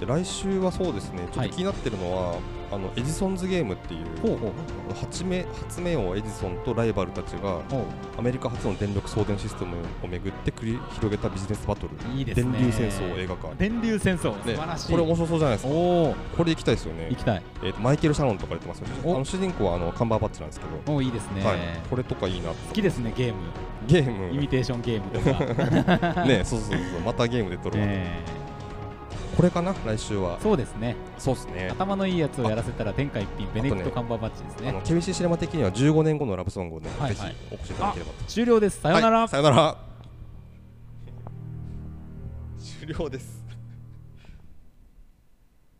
Speaker 2: で来週はそうですね、ちょ
Speaker 1: は
Speaker 2: っ
Speaker 1: い
Speaker 2: と気になってるのは、あのエジソンズゲームっていう
Speaker 1: ほうほう
Speaker 2: 発明発明王エジソンとライバルたちが
Speaker 1: ほう
Speaker 2: アメリカ初の電力送電システムをめぐって繰り広げたビジネスバトル
Speaker 1: いいですね
Speaker 2: 電流戦争を映画化、
Speaker 1: 電流戦争、素晴らしい。
Speaker 2: これ面白そうじゃないですか
Speaker 1: おお、
Speaker 2: これ行きたいですよね
Speaker 1: 行きたい。
Speaker 2: えーとマイケル・シャロンとか出てますよねあ
Speaker 1: お
Speaker 2: の主人公はあのカンバーバッチなんですけど、
Speaker 1: もういいですね、
Speaker 2: はい、これとかいいな
Speaker 1: 好きですねゲーム、
Speaker 2: ゲー
Speaker 1: イ
Speaker 2: ム
Speaker 1: ミテーションゲームとか、
Speaker 2: ねそうそうそうまたゲームで撮るわ、
Speaker 1: え
Speaker 2: これかな来週は
Speaker 1: ーそうですね
Speaker 2: そうですね
Speaker 1: 頭のいいやつをやらせたら天下一品ベネディクト
Speaker 2: あとね
Speaker 1: カンバーバッチです
Speaker 2: あ
Speaker 1: ね
Speaker 2: の厳しいシネマ的には15年後のラブソングをね、
Speaker 1: はい
Speaker 2: ぜ
Speaker 1: はい
Speaker 2: ひお越しいただければと
Speaker 1: 終了ですさようなら、
Speaker 2: はいさよなら終了です